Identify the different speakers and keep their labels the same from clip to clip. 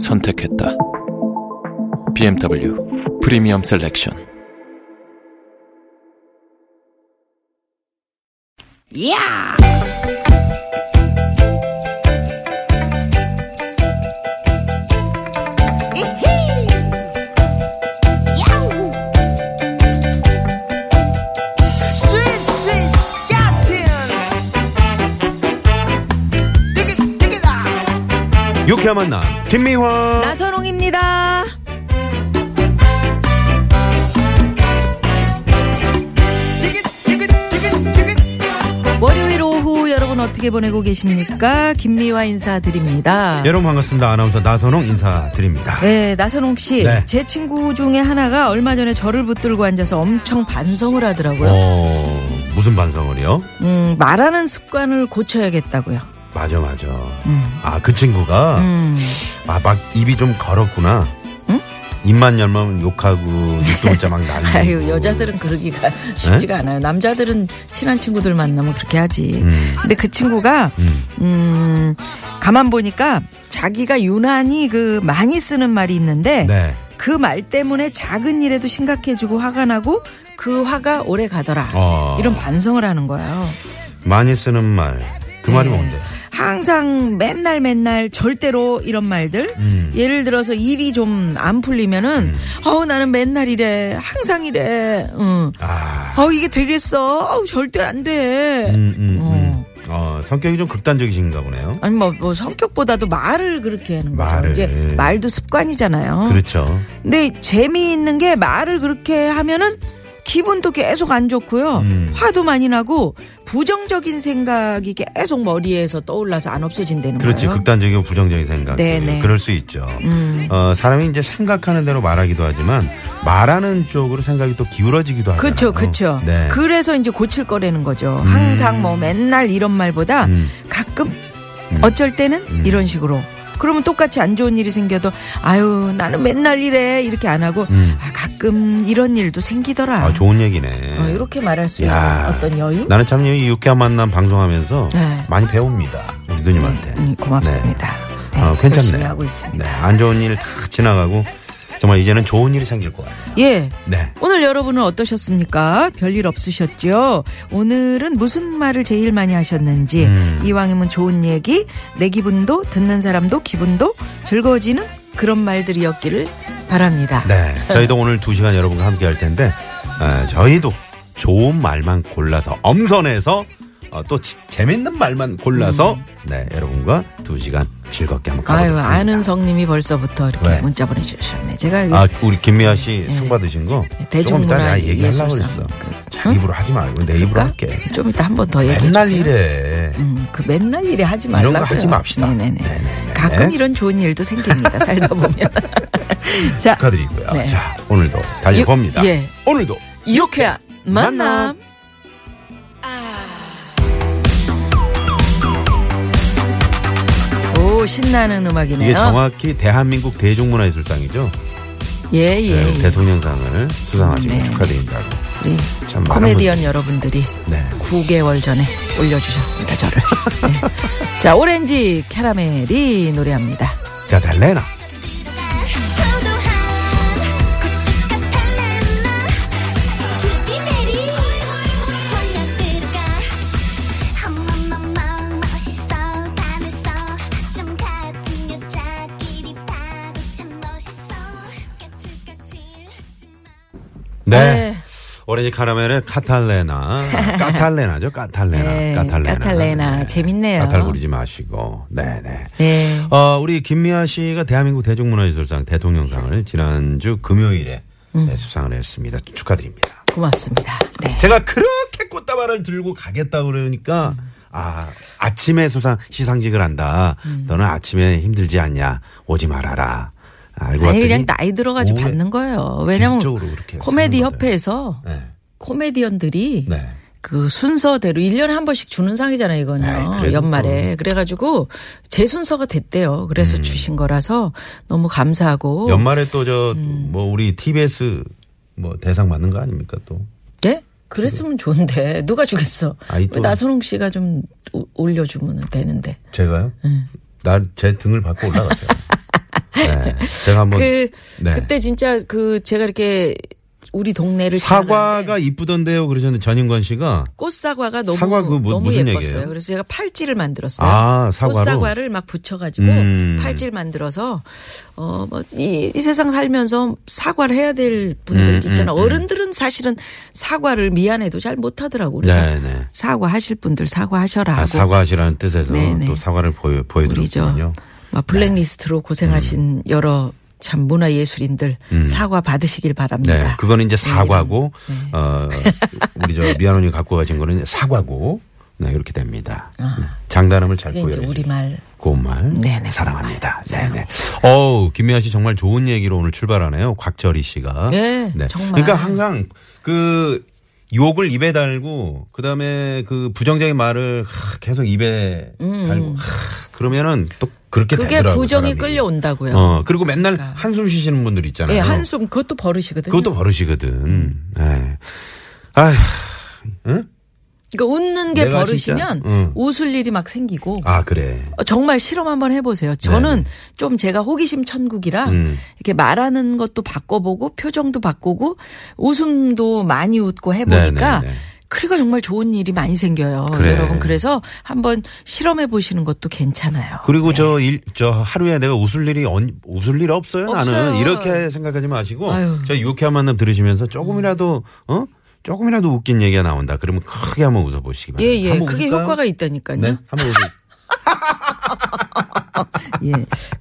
Speaker 1: 선택했다. BMW 프리미엄 셀렉션.
Speaker 2: 야!
Speaker 3: 유쾌한 만남 김미화
Speaker 2: 나선홍입니다. 월요일 오후 여러분 어떻게 보내고 계십니까? 김미화 인사드립니다.
Speaker 3: 여러분 반갑습니다 아나운서 나선홍 인사드립니다
Speaker 2: 네, 나선홍 씨.
Speaker 3: 네.
Speaker 2: 제 친구 중에 하나가 얼마 전에 저를 붙들고 앉아서 엄청 반성을 하더라고요.
Speaker 3: 어 무슨 반성을요?
Speaker 2: 음, 말하는 습관을 고쳐야겠다고요.
Speaker 3: 맞아 맞아
Speaker 2: 음.
Speaker 3: 아 그 친구가 아 막 입이 좀 걸었구나 입만 열면 욕하고 육동자 막 날리고
Speaker 2: 아유, 여자들은 그러기가 쉽지가 않아요. 남자들은 친한 친구들 만나면 그렇게 하지.
Speaker 3: 네? 음.
Speaker 2: 근데 그 친구가,
Speaker 3: 음.
Speaker 2: 음, 가만 보니까 자기가 유난히 그 많이 쓰는 말이 있는데
Speaker 3: 네
Speaker 2: 그 말 때문에 작은 일에도 심각해지고 화가 나고 그 화가 오래 가더라.
Speaker 3: 어.
Speaker 2: 이런 반성을 하는 거예요.
Speaker 3: 많이 쓰는 말 그
Speaker 2: 네.
Speaker 3: 말이 뭔데?
Speaker 2: 항상 맨날 맨날 절대로 이런 말들.
Speaker 3: 음.
Speaker 2: 예를 들어서 일이 좀 안 풀리면은 어우 나는 맨날 이래 항상 이래 응.
Speaker 3: 아
Speaker 2: 어우 이게 되겠어 어우 절대 안돼
Speaker 3: 음, 음, 음. 어, 성격이 좀 극단적이신가 보네요
Speaker 2: 아니 뭐, 뭐 성격보다도 말을 그렇게 하는 거죠
Speaker 3: 말을.
Speaker 2: 이제 말도 습관이잖아요
Speaker 3: 그렇죠
Speaker 2: 근데 재미있는 게 말을 그렇게 하면은 기분도 계속 안 좋고요.
Speaker 3: 음.
Speaker 2: 화도 많이 나고 부정적인 생각이 계속 머리에서 떠올라서 안 없어진다는
Speaker 3: 그렇지
Speaker 2: 거예요.
Speaker 3: 극단적이고 부정적인 생각 예,
Speaker 2: 네네.
Speaker 3: 그럴 수 있죠.
Speaker 2: 음.
Speaker 3: 어, 사람이 이제 생각하는 대로 말하기도 하지만 말하는 쪽으로 생각이 또 기울어지기도 하잖아요.
Speaker 2: 그렇죠, 그렇죠.
Speaker 3: 네.
Speaker 2: 그래서 이제 고칠 거라는 거죠. 항상 뭐 맨날 이런 말보다
Speaker 3: 음.
Speaker 2: 가끔 어쩔 때는 이런 식으로. 그러면 똑같이 안 좋은 일이 생겨도 아유 나는 맨날 이래 이렇게 안 하고
Speaker 3: 음.
Speaker 2: 아, 가끔 이런 일도 생기더라.
Speaker 3: 아, 좋은 얘기네.
Speaker 2: 어, 이렇게 말할 수 있는
Speaker 3: 야.
Speaker 2: 어떤 여유?
Speaker 3: 나는 참 이 유쾌한 만남 방송하면서
Speaker 2: 네.
Speaker 3: 많이 배웁니다. 우리 누님한테.
Speaker 2: 음, 고맙습니다. 네,
Speaker 3: 어, 네, 괜찮네.
Speaker 2: 열심히 하고 있습니다.
Speaker 3: 네. 안 좋은 일 다 지나가고 정말 이제는 좋은 일이 생길 것 같아요.
Speaker 2: 예.
Speaker 3: 네.
Speaker 2: 오늘 여러분은 어떠셨습니까? 별일 없으셨죠? 오늘은 무슨 말을 제일 많이 하셨는지
Speaker 3: 음.
Speaker 2: 이왕이면 좋은 얘기 내 기분도 듣는 사람도 기분도 즐거워지는 그런 말들이었기를 바랍니다.
Speaker 3: 네. 저희도 오늘 두 시간 여러분과 함께 할 텐데, 어, 저희도 좋은 말만 골라서, 엄선해서, 어, 또 지- 재밌는 말만 골라서, 네, 여러분과 두 시간 즐겁게 한번 가보도록
Speaker 2: 음. 아유
Speaker 3: 합니다.
Speaker 2: 아는 성님이 벌써부터 이렇게
Speaker 3: 왜?
Speaker 2: 문자 보내주셨네. 제가
Speaker 3: 아, 우리 김미아 씨 상 받으신 거? 조금 이따
Speaker 2: 예. 대중문화
Speaker 3: 내가 얘기하려고
Speaker 2: 예술상
Speaker 3: 그랬어.
Speaker 2: 그-
Speaker 3: 자기
Speaker 2: 응? 예,
Speaker 3: 입으로 하지 말고 내 입으로 할게.
Speaker 2: 좀 이따 한 번 더 얘기해
Speaker 3: 맨날
Speaker 2: 주세요.
Speaker 3: 이래.
Speaker 2: 음, 그 맨날 일에 하지
Speaker 3: 이런 거
Speaker 2: 말라고요.
Speaker 3: 하지 맙시다.
Speaker 2: 네네네.
Speaker 3: 네네네.
Speaker 2: 가끔 이런 좋은 일도 생깁니다. 살다 보면. 자,
Speaker 3: 축하드리고요.
Speaker 2: 네.
Speaker 3: 자, 오늘도 달려봅니다.
Speaker 2: 예.
Speaker 3: 오늘도
Speaker 2: 유쾌한 만남. 아.
Speaker 3: 만남.
Speaker 2: 오 신나는 음악이네요.
Speaker 3: 이게 정확히 대한민국 대중문화예술상이죠.
Speaker 2: 예, 예.
Speaker 3: 네,
Speaker 2: 예.
Speaker 3: 대통령상을 수상하시고
Speaker 2: 네.
Speaker 3: 축하드립니다.
Speaker 2: 우리
Speaker 3: 참 많은
Speaker 2: 코미디언 여러분들이
Speaker 3: 네.
Speaker 2: 9개월 전에 올려주셨습니다, 저를. 네. 자, 오렌지 캐러멜이 노래합니다.
Speaker 3: 자, 달래나. 네. 오렌지 카라멜의 카탈레나. 까탈레나죠? 까탈레나.
Speaker 2: 네,
Speaker 3: 까탈레나.
Speaker 2: 까탈레나. 재밌네요.
Speaker 3: 까탈 부리지 마시고. 네네.
Speaker 2: 네.
Speaker 3: 어, 우리 김미아 씨가 대한민국 대중문화예술상 대통령상을 지난주 금요일에
Speaker 2: 음.
Speaker 3: 네, 수상을 했습니다. 축하드립니다.
Speaker 2: 고맙습니다. 네. 음.
Speaker 3: 제가 그렇게 꽃다발을 들고 가겠다 그러니까 아, 아침에 수상, 시상식을 한다.
Speaker 2: 음.
Speaker 3: 너는 아침에 힘들지 않냐. 오지 말아라. 알고
Speaker 2: 아니
Speaker 3: 봤더니
Speaker 2: 그냥 나이 들어가지
Speaker 3: 오후에
Speaker 2: 받는 거예요. 왜냐면
Speaker 3: 기술적으로 그렇게 해서
Speaker 2: 코미디
Speaker 3: 쓰는 거예요.
Speaker 2: 협회에서
Speaker 3: 네.
Speaker 2: 코미디언들이
Speaker 3: 네.
Speaker 2: 그 순서대로 1년에 한 번씩 주는 상이잖아요, 이거는.
Speaker 3: 아이, 그래도 뭐.
Speaker 2: 연말에. 그래가지고 제 순서가 됐대요. 그래서 주신 거라서 너무 감사하고.
Speaker 3: 음. 연말에 또 저 뭐
Speaker 2: 음.
Speaker 3: 우리 TBS 뭐 대상 받는 거 아닙니까 또.
Speaker 2: 네? 그랬으면 좋은데 누가 주겠어?
Speaker 3: 아이, 또-
Speaker 2: 왜 나선홍 씨가 좀 오- 올려주면 되는데.
Speaker 3: 제가요?
Speaker 2: 네.
Speaker 3: 나 제 등을 받고 올라가세요. 네. 제가 한번
Speaker 2: 그
Speaker 3: 네.
Speaker 2: 그때 진짜 그 제가 이렇게 우리 동네를 지나가는데
Speaker 3: 사과가 이쁘던데요 그러셨는데 전인권 씨가
Speaker 2: 꽃사과가 너무
Speaker 3: 사과 그거 뭐-
Speaker 2: 너무
Speaker 3: 무슨
Speaker 2: 예뻤어요.
Speaker 3: 얘기예요?
Speaker 2: 그래서 제가 팔찌를 만들었어요.
Speaker 3: 아, 사과로?
Speaker 2: 꽃사과를 막 붙여가지고
Speaker 3: 음.
Speaker 2: 팔찌를 만들어서 어뭐이 이 세상 살면서 사과를 해야 될 분들
Speaker 3: 음,
Speaker 2: 있잖아.
Speaker 3: 음, 음.
Speaker 2: 어른들은 사실은 사과를 미안해도 잘 못하더라고. 그래서
Speaker 3: 네, 네.
Speaker 2: 사과 하실 분들 사과하셔라 하고
Speaker 3: 아, 사과하시라는 뜻에서
Speaker 2: 네, 네.
Speaker 3: 또 사과를 보여
Speaker 2: 우리
Speaker 3: 보여드렸군요. 네. 음.
Speaker 2: 저막 블랙리스트로 고생하신 여러 참 문화 예술인들 사과 받으시길 바랍니다.
Speaker 3: 네, 그거는 이제 사과고
Speaker 2: 네, 이런.
Speaker 3: 어 우리 저 미아노님 갖고 가신 거는 사과고 네 이렇게 됩니다. 네, 장단음을 잘
Speaker 2: 아. 그게 이제
Speaker 3: 보여야죠.
Speaker 2: 우리 말
Speaker 3: 고운 말
Speaker 2: 네네,
Speaker 3: 사랑합니다.
Speaker 2: 고운 말.
Speaker 3: 네네. 어우 김미아 씨 정말 좋은 얘기로 오늘 출발하네요. 곽철희 씨가.
Speaker 2: 네, 정말.
Speaker 3: 그러니까 항상 그 욕을 입에 달고 그 다음에 그 부정적인 말을 하, 계속 입에 달고 하, 그러면은 또 그렇게
Speaker 2: 음, 그게
Speaker 3: 되더라고요,
Speaker 2: 부정이
Speaker 3: 사람이.
Speaker 2: 끌려온다고요.
Speaker 3: 어 그리고 맨날 한숨 쉬시는 분들 있잖아요.
Speaker 2: 예, 한숨 그것도 버릇이거든요.
Speaker 3: 그것도 버릇이거든. 예. 아휴, 응?
Speaker 2: 그러니까 웃는 게
Speaker 3: 내가
Speaker 2: 버릇이면
Speaker 3: 진짜, 응.
Speaker 2: 웃을 일이 막 생기고
Speaker 3: 아 그래.
Speaker 2: 어, 정말 실험 한번 해보세요. 저는 좀 제가 호기심 천국이라
Speaker 3: 음.
Speaker 2: 이렇게 말하는 것도 바꿔보고 표정도 바꾸고 웃음도 많이 웃고 해보니까
Speaker 3: 네네네.
Speaker 2: 그리고 정말 좋은 일이 많이 생겨요.
Speaker 3: 그래.
Speaker 2: 여러분 그래서 한번 실험해 보시는 것도 괜찮아요. 네.
Speaker 3: 그리고 저 일, 저 하루에 내가 웃을 일이, 언, 웃을 일 없어요, 나는.
Speaker 2: 없어요.
Speaker 3: 이렇게 생각하지 마시고,
Speaker 2: 아유.
Speaker 3: 저 유쾌한 만남 들으시면서 조금이라도, 어? 조금이라도 웃긴 얘기가 나온다. 그러면 크게 한번 웃어보시기
Speaker 2: 예,
Speaker 3: 바랍니다.
Speaker 2: 예.
Speaker 3: 한번
Speaker 2: 그게
Speaker 3: 웃을까요?
Speaker 2: 효과가 있다니까요.
Speaker 3: 네, 한번 웃어
Speaker 2: 예.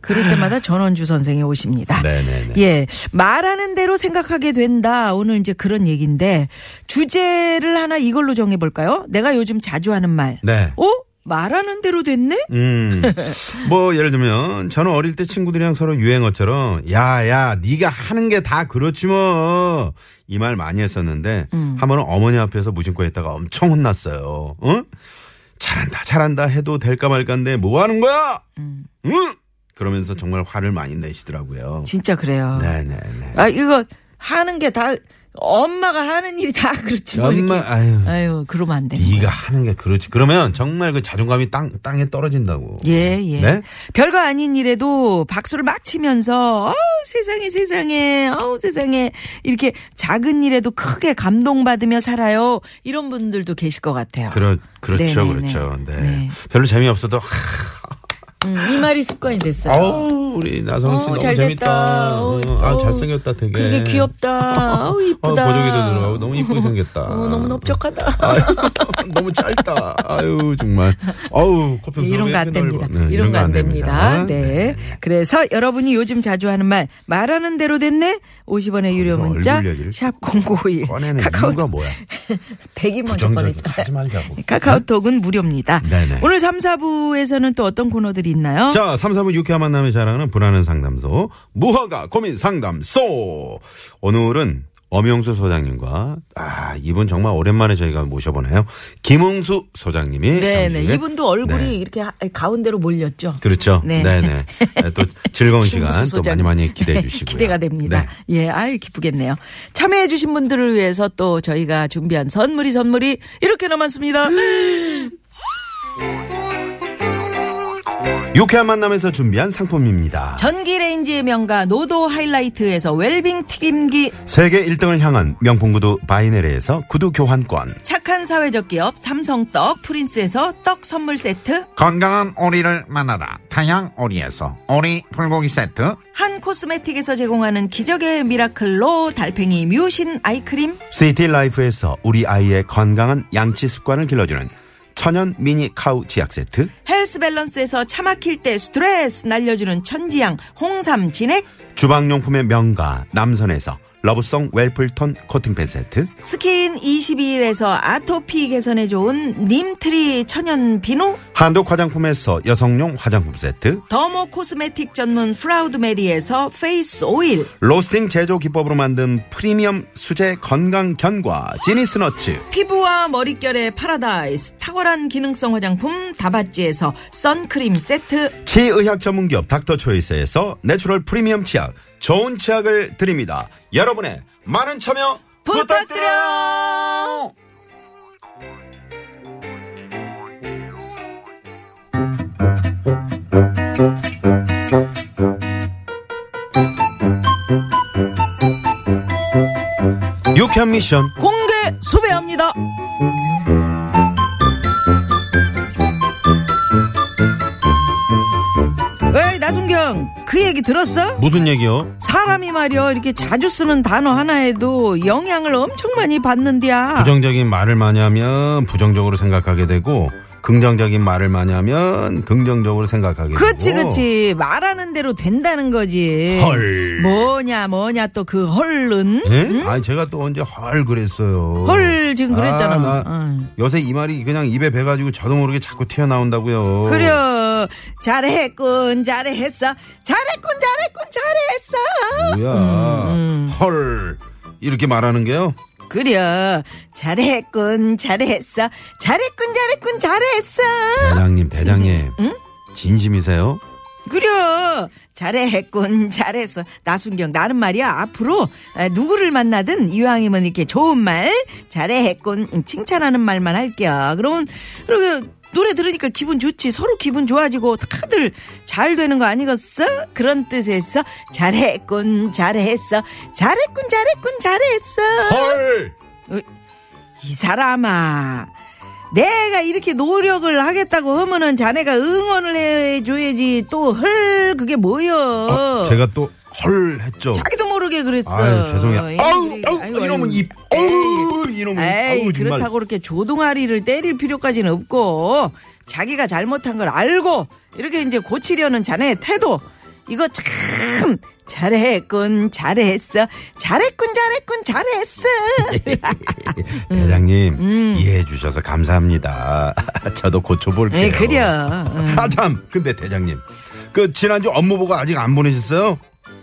Speaker 2: 그럴 때마다 전원주 선생이 오십니다.
Speaker 3: 네네네.
Speaker 2: 예. 말하는 대로 생각하게 된다. 오늘 이제 그런 얘기인데 주제를 하나 이걸로 정해 볼까요? 내가 요즘 자주 하는 말.
Speaker 3: 네.
Speaker 2: 어? 말하는 대로 됐네?
Speaker 3: 음. 뭐 예를 들면 저는 어릴 때 친구들이랑 서로 유행어처럼 야야 네가 하는 게 다 그렇지 뭐 이 말 많이 했었는데
Speaker 2: 음.
Speaker 3: 한 번은 어머니 앞에서 무심코 했다가 엄청 혼났어요. 응? 잘한다 잘한다 해도 될까 말까인데 뭐 하는 거야?
Speaker 2: 음.
Speaker 3: 응? 그러면서 정말 화를 많이 내시더라고요.
Speaker 2: 진짜 그래요.
Speaker 3: 네네네.
Speaker 2: 아, 이거 하는 게 다 엄마가 하는 일이 다 그렇지 뭐
Speaker 3: 정말
Speaker 2: 이렇게.
Speaker 3: 아유
Speaker 2: 아유, 그러면 안 돼.
Speaker 3: 네가 하는 게 그렇지. 그러면 정말 그 자존감이 땅 땅에 떨어진다고.
Speaker 2: 예, 예.
Speaker 3: 네?
Speaker 2: 별거 아닌 일에도 박수를 막 치면서, 어우, 세상에, 세상에, 어우, 세상에. 이렇게 작은 일에도 크게 감동받으며 살아요. 이런 분들도 계실 것 같아요.
Speaker 3: 그렇 그렇죠
Speaker 2: 네네네.
Speaker 3: 그렇죠. 네.
Speaker 2: 네.
Speaker 3: 별로 재미없어도
Speaker 2: 음, 이 말이 습관이 됐어요.
Speaker 3: 아우 우리 나선홍 씨
Speaker 2: 어,
Speaker 3: 너무
Speaker 2: 잘
Speaker 3: 재밌다.
Speaker 2: 됐다. 어,
Speaker 3: 어, 아
Speaker 2: 어,
Speaker 3: 잘생겼다 되게.
Speaker 2: 그게 귀엽다. 아우,
Speaker 3: 아,
Speaker 2: 이쁘다.
Speaker 3: 보조개도 들어가고 너무 이쁘게 생겼다.
Speaker 2: 어, 너무 넓적하다.
Speaker 3: 아유, 너무 짧다. 아유 정말. 아우
Speaker 2: 네,
Speaker 3: 코평수
Speaker 2: 이런 거 안 됩니다. 이런 거 안 됩니다. 네. 그래서 여러분이 요즘 자주 하는 말 말하는 대로 됐네. 50원의 유료
Speaker 3: 거기서
Speaker 2: 문자
Speaker 3: 얼굴 얘기를
Speaker 2: 샵 0951.
Speaker 3: 꺼내는 이유가
Speaker 2: 네. 카카오톡
Speaker 3: 뭐야?
Speaker 2: 대기 먼저
Speaker 3: 부정적인 거
Speaker 2: 꺼냈잖아요. 네,
Speaker 3: 하지 말자고.
Speaker 2: 카카오톡은 무료입니다.
Speaker 3: 네네.
Speaker 2: 오늘 3, 4부에서는 또 어떤 코너들이 있나요?
Speaker 3: 자, 3, 4부 유쾌한 만남이 자랑하는 불안한 상담소, 무허가 고민 상담소! 오늘은 엄영수 소장님과, 아, 이분 정말 오랜만에 저희가 모셔보네요. 김홍수 소장님이.
Speaker 2: 네,
Speaker 3: 잠시
Speaker 2: 네.
Speaker 3: 후에-
Speaker 2: 이분도 얼굴이
Speaker 3: 네.
Speaker 2: 이렇게 하- 가운데로 몰렸죠.
Speaker 3: 그렇죠.
Speaker 2: 네.
Speaker 3: 네. 네또 즐거운 시간
Speaker 2: 김홍수
Speaker 3: 또 많이
Speaker 2: 소장님.
Speaker 3: 많이 기대해 주시고요.
Speaker 2: 기대가 됩니다. 예, 아유 기쁘겠네요. 참여해 주신 분들을 위해서 또 저희가 준비한 선물이 선물이 이렇게나 많습니다.
Speaker 3: 네. 유쾌한 만남에서 준비한 상품입니다.
Speaker 2: 전기레인지의 명가 노도 하이라이트에서 웰빙 튀김기
Speaker 3: 세계 1등을 향한 명품 구두 바이네리에서 구두 교환권.
Speaker 2: 착한 사회적 기업 삼성떡 프린스에서 떡 선물 세트
Speaker 4: 건강한 오리를 만나다 타양 오리에서 오리 불고기 세트
Speaker 2: 한 코스메틱에서 제공하는 기적의 미라클로 달팽이 뮤신 아이크림
Speaker 3: 시티 라이프에서 우리 아이의 건강한 양치 습관을 길러주는 천연 미니 카우 치약 세트.
Speaker 2: 헬스 밸런스에서 차 막힐 때 스트레스 날려주는 천지향 홍삼 진액
Speaker 3: 주방용품의 명가 남선에서 러브송 웰플턴 코팅팬 세트
Speaker 2: 스킨 22일에서 아토피 개선에 좋은 님트리 천연 비누
Speaker 3: 한독 화장품에서 여성용 화장품 세트
Speaker 2: 더모 코스메틱 전문 프라우드 메리에서 페이스 오일
Speaker 3: 로스팅 제조 기법으로 만든 프리미엄 수제 건강 견과 지니스너츠
Speaker 2: 피부와 머릿결의 파라다이스 탁월한 기능성 화장품 다바찌에서 선크림 세트
Speaker 3: 치의학 전문기업 닥터초이스에서 내추럴 프리미엄 치약 좋은 치약을 드립니다 여러분의 많은 참여 부탁드려요 유쾌한 미션
Speaker 2: 공개 수배합니다. 에이 나순경 그 얘기 들었어?
Speaker 3: 무슨 얘기요?
Speaker 2: 사람이 말이야 이렇게 자주 쓰는 단어 하나에도 영향을 엄청 많이 받는디야.
Speaker 3: 부정적인 말을 많이 하면 부정적으로 생각하게 되고 긍정적인 말을 많이 하면 긍정적으로 생각하게
Speaker 2: 그치
Speaker 3: 되고
Speaker 2: 그치 말하는 대로 된다는 거지.
Speaker 3: 헐.
Speaker 2: 뭐냐 뭐냐 또 그 헐른.
Speaker 3: 예? 아니 제가 또 언제 헐 그랬어요.
Speaker 2: 헐 지금 그랬잖아.
Speaker 3: 아, 나
Speaker 2: 어.
Speaker 3: 요새 이 말이 그냥 입에 배가지고 저도 모르게 자꾸 튀어나온다고요.
Speaker 2: 그래 잘했군 잘했어 잘했군 잘했군 잘했어 음,
Speaker 3: 뭐야. 헐. 이렇게 말하는 게요.
Speaker 2: 그래 잘했군 잘했어 잘했군 잘했군 잘했어
Speaker 3: 대장님, 대장님.
Speaker 2: 음.
Speaker 3: 진심이세요?
Speaker 2: 그래 잘했군 잘했어 나순경 나는 말이야 앞으로 에, 누구를 만나든 이왕이면 이렇게 좋은 말 잘했군 응, 칭찬하는 말만 할게요 그러면 그러게 노래 들으니까 기분 좋지 서로 기분 좋아지고 다들 잘 되는 거 아니겠어 그런 뜻에서 잘했군 잘했어 잘했군 잘했군 잘했어
Speaker 3: 헐.
Speaker 2: 이 사람아. 내가 이렇게 노력을 하겠다고 하면은 자네가 응원을 해줘야지 또 헐 그게 뭐여
Speaker 3: 어, 제가 또 헐 했죠.
Speaker 2: 자기도 모르게 그랬어
Speaker 3: 아유, 죄송해요.
Speaker 2: 에이,
Speaker 3: 아우,
Speaker 2: 그래.
Speaker 3: 아우,
Speaker 2: 아유,
Speaker 3: 이놈은
Speaker 2: 아유.
Speaker 3: 입. 아우, 이놈은.
Speaker 2: 에이,
Speaker 3: 아우, 정말.
Speaker 2: 그렇다고 그렇게 조동아리를 때릴 필요까지는 없고 자기가 잘못한 걸 알고 이렇게 이제 고치려는 자네의 태도 이거 참 잘했군 잘했어 잘했군 잘했군 잘했어 음.
Speaker 3: 대장님 이해해 주셔서 감사합니다. 저도 고쳐볼게요.
Speaker 2: 에이, 네, 그려 응.
Speaker 3: 아참 근데 대장님 그 지난주 업무보고 아직 안 보내셨어요?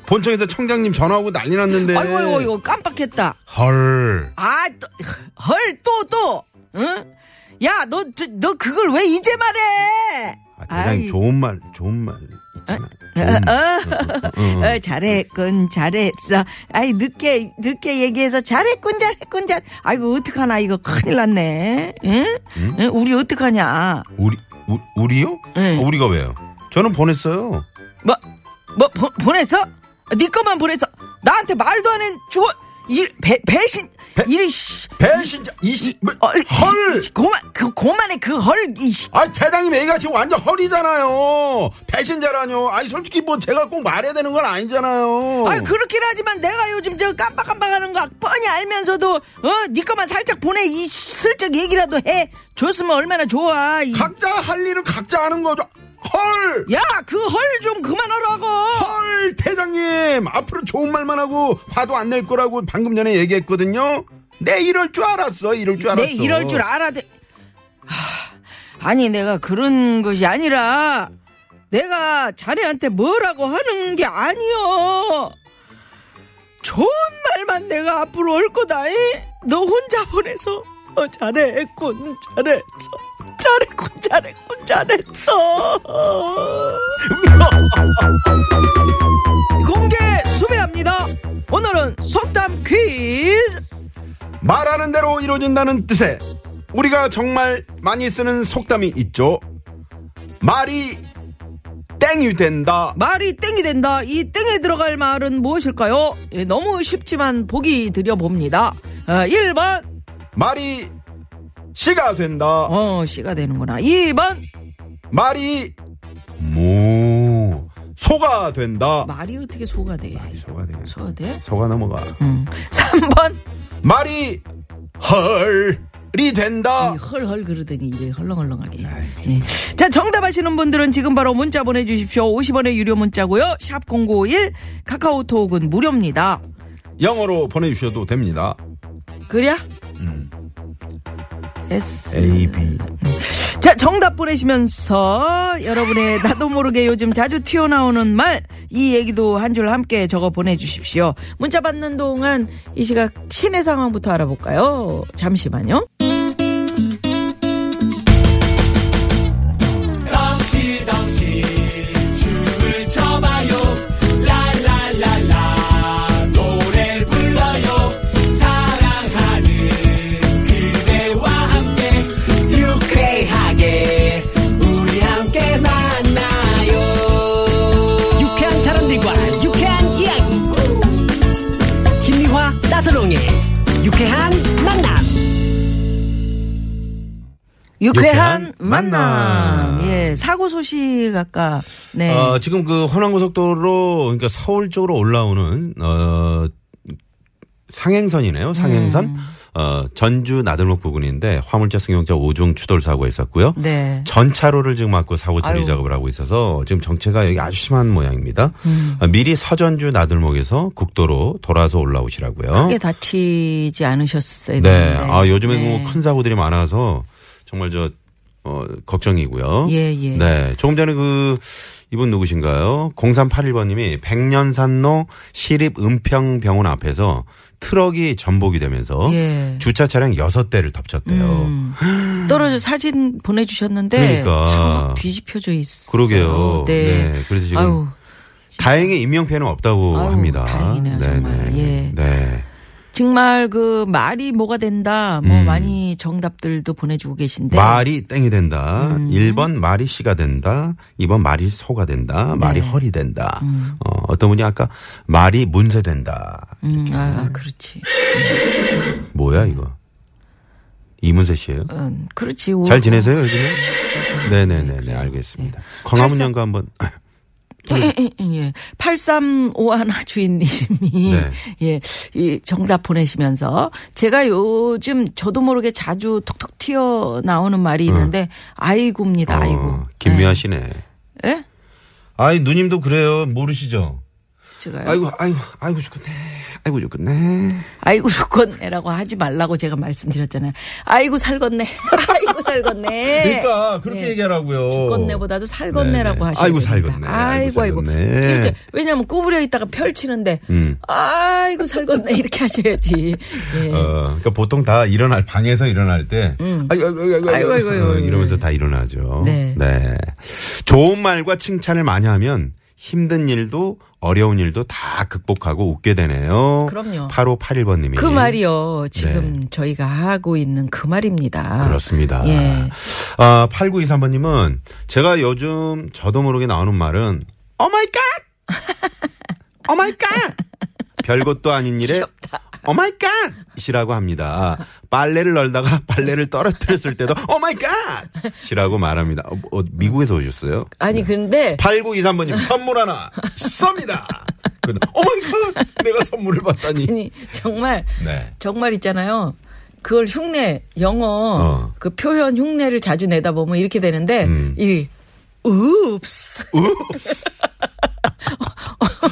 Speaker 3: 본청에서 청장님 전화하고 난리 났는데.
Speaker 2: 아이고 이거 이거 깜빡했다
Speaker 3: 헐.
Speaker 2: 아, 아헐또 또 응? 야 너 너 그걸 왜 이제 말해?
Speaker 3: 아, 대장님
Speaker 2: 아이,
Speaker 3: 좋은 말 좋은 말 있잖아요. 좋은 말. 응, 응, 응.
Speaker 2: 어, 잘했군 잘했어. 아이 늦게 늦게 얘기해서 잘했군 잘했군 잘. 아이고 어떡하나 이거 큰일 났네. 응? 응? 우리 어떡하냐?
Speaker 3: 우리 우, 우리요?
Speaker 2: 응.
Speaker 3: 아, 우리가 왜요? 저는 보냈어요.
Speaker 2: 뭐, 뭐 보, 보냈어? 네 것만 보냈어. 나한테 말도 안 해. 죽어. 일 배, 배신
Speaker 3: 배-
Speaker 2: 이리 씨.
Speaker 3: 배신자 이씨 뭐,
Speaker 2: 어, 이-
Speaker 3: 헐.
Speaker 2: 이- 고만 그 고만해 그헐 이씨.
Speaker 3: 아 대장님 애가 지금 완전 헐이잖아요. 배신자라뇨. 아니 솔직히 뭐 제가 꼭 말해야 되는 건 아니잖아요.
Speaker 2: 아 그렇긴 하지만 내가 요즘 저 깜빡깜빡하는 거 뻔히 알면서도 어네 것만 살짝 보내 이 슬쩍 얘기라도 해 줬으면 얼마나 좋아 이-
Speaker 3: 각자 할 일을 각자 하는 거죠. 헐!
Speaker 2: 야 그 헐 좀 그만하라고
Speaker 3: 헐! 대장님! 앞으로 좋은 말만 하고 화도 안 낼 거라고 방금 전에 얘기했거든요. 내 이럴 줄 알았어. 이럴 줄 알았어.
Speaker 2: 내 네, 이럴 줄 알아대 하, 아니 내가 그런 것이 아니라 내가 자네한테 뭐라고 하는 게 아니여 좋은 말만 내가 앞으로 올 거다 에? 너 혼자 보내서 어, 잘했군 잘했어 잘했군 잘했군 잘했어 공개 수배합니다 오늘은 속담 퀴즈
Speaker 3: 말하는 대로 이루어진다는 뜻에 우리가 정말 많이 쓰는 속담이 있죠. 말이 땡이 된다.
Speaker 2: 말이 땡이 된다. 이 땡에 들어갈 말은 무엇일까요? 예, 너무 쉽지만 보기 드려봅니다. 어, 1번,
Speaker 3: 말이 시가 된다.
Speaker 2: 어, 씨가 되는구나. 2번,
Speaker 3: 말이 뭐 소가 된다.
Speaker 2: 말이 어떻게 소가 돼?
Speaker 3: 말이 소가 되겠어.
Speaker 2: 소가 돼?
Speaker 3: 소가 넘어가.
Speaker 2: 음. 3번,
Speaker 3: 말이 헐이 된다.
Speaker 2: 이 헐헐 그러더니 이제 헐렁헐렁하게. 예. 자, 정답 아시는 분들은 지금 바로 문자 보내주십시오. 50원의 유료 문자고요. 샵0951, 카카오톡은 무료입니다.
Speaker 3: 영어로 보내주셔도 됩니다.
Speaker 5: 그래?
Speaker 3: 음.
Speaker 5: S.
Speaker 3: A, B.
Speaker 5: 자, 정답 보내시면서 여러분의 나도 모르게 요즘 자주 튀어나오는 말, 이 얘기도 한 줄 함께 적어 보내주십시오. 문자 받는 동안 이 시각 시내 상황부터 알아볼까요? 잠시만요.
Speaker 6: 유쾌한 사람들과 유쾌한 이야기 김미화 나서롱의 유쾌한 만남
Speaker 5: 유쾌한
Speaker 3: 유쾌한
Speaker 5: 만남.
Speaker 3: 만남.
Speaker 5: 예, 사고 소식 아까, 네.
Speaker 3: 어, 지금 그 호남고속도로 그러니까 서울 쪽으로 올라오는 어 상행선이네요. 상행선. 어 전주 나들목 부근인데 화물차 승용차 5중 추돌 사고가 있었고요.
Speaker 5: 네.
Speaker 3: 전차로를 지금 막고 사고 처리
Speaker 5: 아유.
Speaker 3: 작업을 하고 있어서 지금 정체가 여기 아주 심한 모양입니다.
Speaker 5: 음.
Speaker 3: 어, 미리 서전주 나들목에서 국도로 돌아서 올라오시라고요.
Speaker 2: 크게 다치지 않으셨어야
Speaker 3: 어? 네.
Speaker 2: 되는데.
Speaker 3: 아, 요즘에
Speaker 2: 네.
Speaker 3: 뭐큰 사고들이 많아서 정말 저, 어, 걱정이고요.
Speaker 2: 예, 예.
Speaker 3: 네. 조금 전에 그, 이분 누구신가요? 0381번님이 백년산로 시립 은평병원 앞에서 트럭이 전복이 되면서
Speaker 2: 예.
Speaker 3: 주차 차량 여섯 대를 덮쳤대요.
Speaker 2: 음. 떨어져 사진 보내주셨는데
Speaker 3: 그러니까.
Speaker 2: 차막 뒤집혀져 있어.
Speaker 3: 그러게요.
Speaker 2: 네.
Speaker 3: 네, 그래서 지금
Speaker 2: 아유,
Speaker 3: 다행히 인명피해는 없다고
Speaker 2: 아유,
Speaker 3: 합니다.
Speaker 2: 다행이네요, 정말. 예.
Speaker 3: 네.
Speaker 2: 정말 그 말이 뭐가 된다. 뭐
Speaker 3: 음.
Speaker 2: 많이 정답들도 보내주고 계신데.
Speaker 3: 말이 땡이 된다.
Speaker 2: 음.
Speaker 3: 1번 말이 씨가 된다. 2번 말이 소가 된다. 말이
Speaker 2: 네.
Speaker 3: 허리 된다. 어, 어떤 분이 아까 말이 문세 된다.
Speaker 2: 음, 아, 그렇지.
Speaker 3: 뭐야 이거? 이문세 씨예요?
Speaker 2: 음, 그렇지. 오,
Speaker 3: 잘 지내세요 요즘에? 네네네 네, 알겠습니다. 광화문 연가 한번 아, 어,
Speaker 2: 예. 8351 주인님이
Speaker 3: 네.
Speaker 2: 예. 이 정답 보내시면서 제가 요즘 저도 모르게 자주 톡톡 튀어 나오는 말이 있는데 아이고입니다. 아이고.
Speaker 3: 어, 김미아 씨네.
Speaker 2: 예? 예?
Speaker 3: 아이 누님도 그래요 모르시죠?
Speaker 2: 제가요.
Speaker 3: 아이고 아이고 아이고 죽겠네. 아이고 죽겠네.
Speaker 2: 아이고 죽겠네라고 하지 말라고 제가 말씀드렸잖아요. 아이고 살겠네. 아이고 살겠네.
Speaker 3: 그러니까 그렇게
Speaker 2: 네.
Speaker 3: 얘기하라고요.
Speaker 2: 죽겠네보다도 살겠네라고
Speaker 3: 네네.
Speaker 2: 하시면
Speaker 3: 아이고,
Speaker 2: 됩니다.
Speaker 3: 살겄네. 아이고,
Speaker 2: 아이고 아이고.
Speaker 3: 살겄네.
Speaker 2: 이렇게 왜냐하면 구부려 있다가 펼치는데
Speaker 3: 음.
Speaker 2: 아이고 살겠네 이렇게 하셔야지. 예. 음.
Speaker 3: 어, 그러니까 보통 다 일어날 방에서 일어날 때 아이고 아이고 아이고,
Speaker 2: 아이고, 아이고, 아이고,
Speaker 3: 어,
Speaker 2: 아이고.
Speaker 3: 이러면서 다 일어나죠.
Speaker 2: 네.
Speaker 3: 좋은 말과 칭찬을 많이 하면 힘든 일도 어려운 일도 다 극복하고 웃게 되네요.
Speaker 2: 그럼요.
Speaker 3: 8581번 님이
Speaker 2: 그 말이요. 지금 저희가 하고 있는 그 말입니다.
Speaker 3: 네. 그렇습니다.
Speaker 2: 예.
Speaker 3: 아, 8923번 님은 제가 요즘 저도 모르게 나오는 말은 오 마이 갓! 오 마이 갓! 별것도 아닌 일에 오 마이 갓이라고 합니다. 빨래를 널다가 빨래를 떨어뜨렸을 때도 오 마이 갓이라고 말합니다. 어, 어, 미국에서 오셨어요?
Speaker 2: 아니
Speaker 3: 네.
Speaker 2: 근데
Speaker 3: 8923번님 선물 하나 쏩니다. 오 마이 갓! 내가 선물을 받다니.
Speaker 2: 아니, 정말
Speaker 3: 네.
Speaker 2: 정말 있잖아요. 그걸 흉내 영어
Speaker 3: 어.
Speaker 2: 그 표현 흉내를 자주 내다 보면 이렇게 되는데
Speaker 3: 음.
Speaker 2: 이 읍스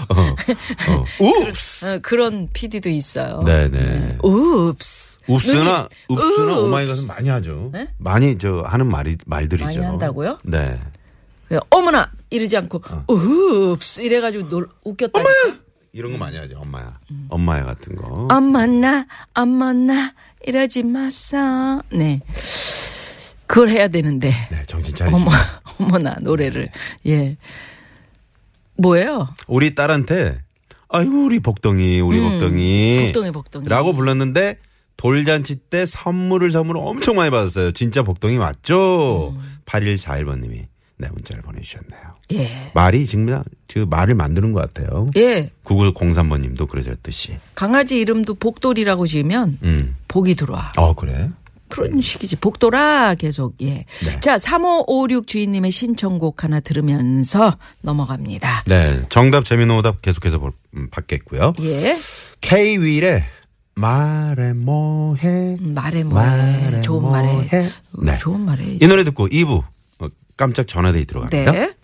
Speaker 3: 어. 어. 웁스.
Speaker 2: 어, 그런 PD도 있어요.
Speaker 3: 네, 네.
Speaker 2: 읍스
Speaker 3: 읍스나
Speaker 2: 요즘
Speaker 3: 읍스나
Speaker 2: 읍스.
Speaker 3: 오마이갓은 많이 하죠.
Speaker 2: 네?
Speaker 3: 많이 저 하는 말이 말들이죠.
Speaker 2: 많이 한다고요?
Speaker 3: 네.
Speaker 2: 그냥 어머나 이러지 않고 읍스 이래가지고 놀, 웃겼다.
Speaker 3: 이런 거 많이 하죠. 엄마야.
Speaker 2: 음.
Speaker 3: 엄마야 같은 거.
Speaker 2: 안 만나, 안 만나, 이러지 마사. 네. 그걸 해야 되는데.
Speaker 3: 네, 정신 차리죠.
Speaker 2: 어머, 어머나, 노래를. 예. 뭐예요?
Speaker 3: 우리 딸한테 아이고 우리 복덩이, 우리 복덩이.
Speaker 2: 음. 복덩이, 복덩이.
Speaker 3: 예. 라고 불렀는데 돌잔치 때 선물을 선물을 엄청 많이 받았어요. 진짜 복덩이 맞죠?
Speaker 2: 음.
Speaker 3: 8141번 님이 네, 문자를 보내 주셨네요.
Speaker 2: 예.
Speaker 3: 말이 지금 그 말을 만드는 것 같아요.
Speaker 2: 예.
Speaker 3: 9903번 님도 그러셨듯이.
Speaker 2: 강아지 이름도 복돌이라고 지으면
Speaker 3: 음.
Speaker 2: 복이 들어와.
Speaker 3: 어, 그래?
Speaker 2: 그런
Speaker 3: 음.
Speaker 2: 식이지. 복돌아, 계속. 예.
Speaker 3: 네.
Speaker 2: 자, 3556 주인님의 신청곡 하나 들으면서 넘어갑니다.
Speaker 3: 네, 정답 재미있는 오답 계속해서 볼- 음, 받겠고요.
Speaker 2: 예.
Speaker 3: K 윌의 말해 뭐해
Speaker 2: 음, 말해 뭐해. 좋은 말해.
Speaker 3: 뭐해. 네.
Speaker 2: 좋은 말해.
Speaker 3: 이 노래 듣고 2부 어, 깜짝 전화데이 들어갑니다.
Speaker 2: 네.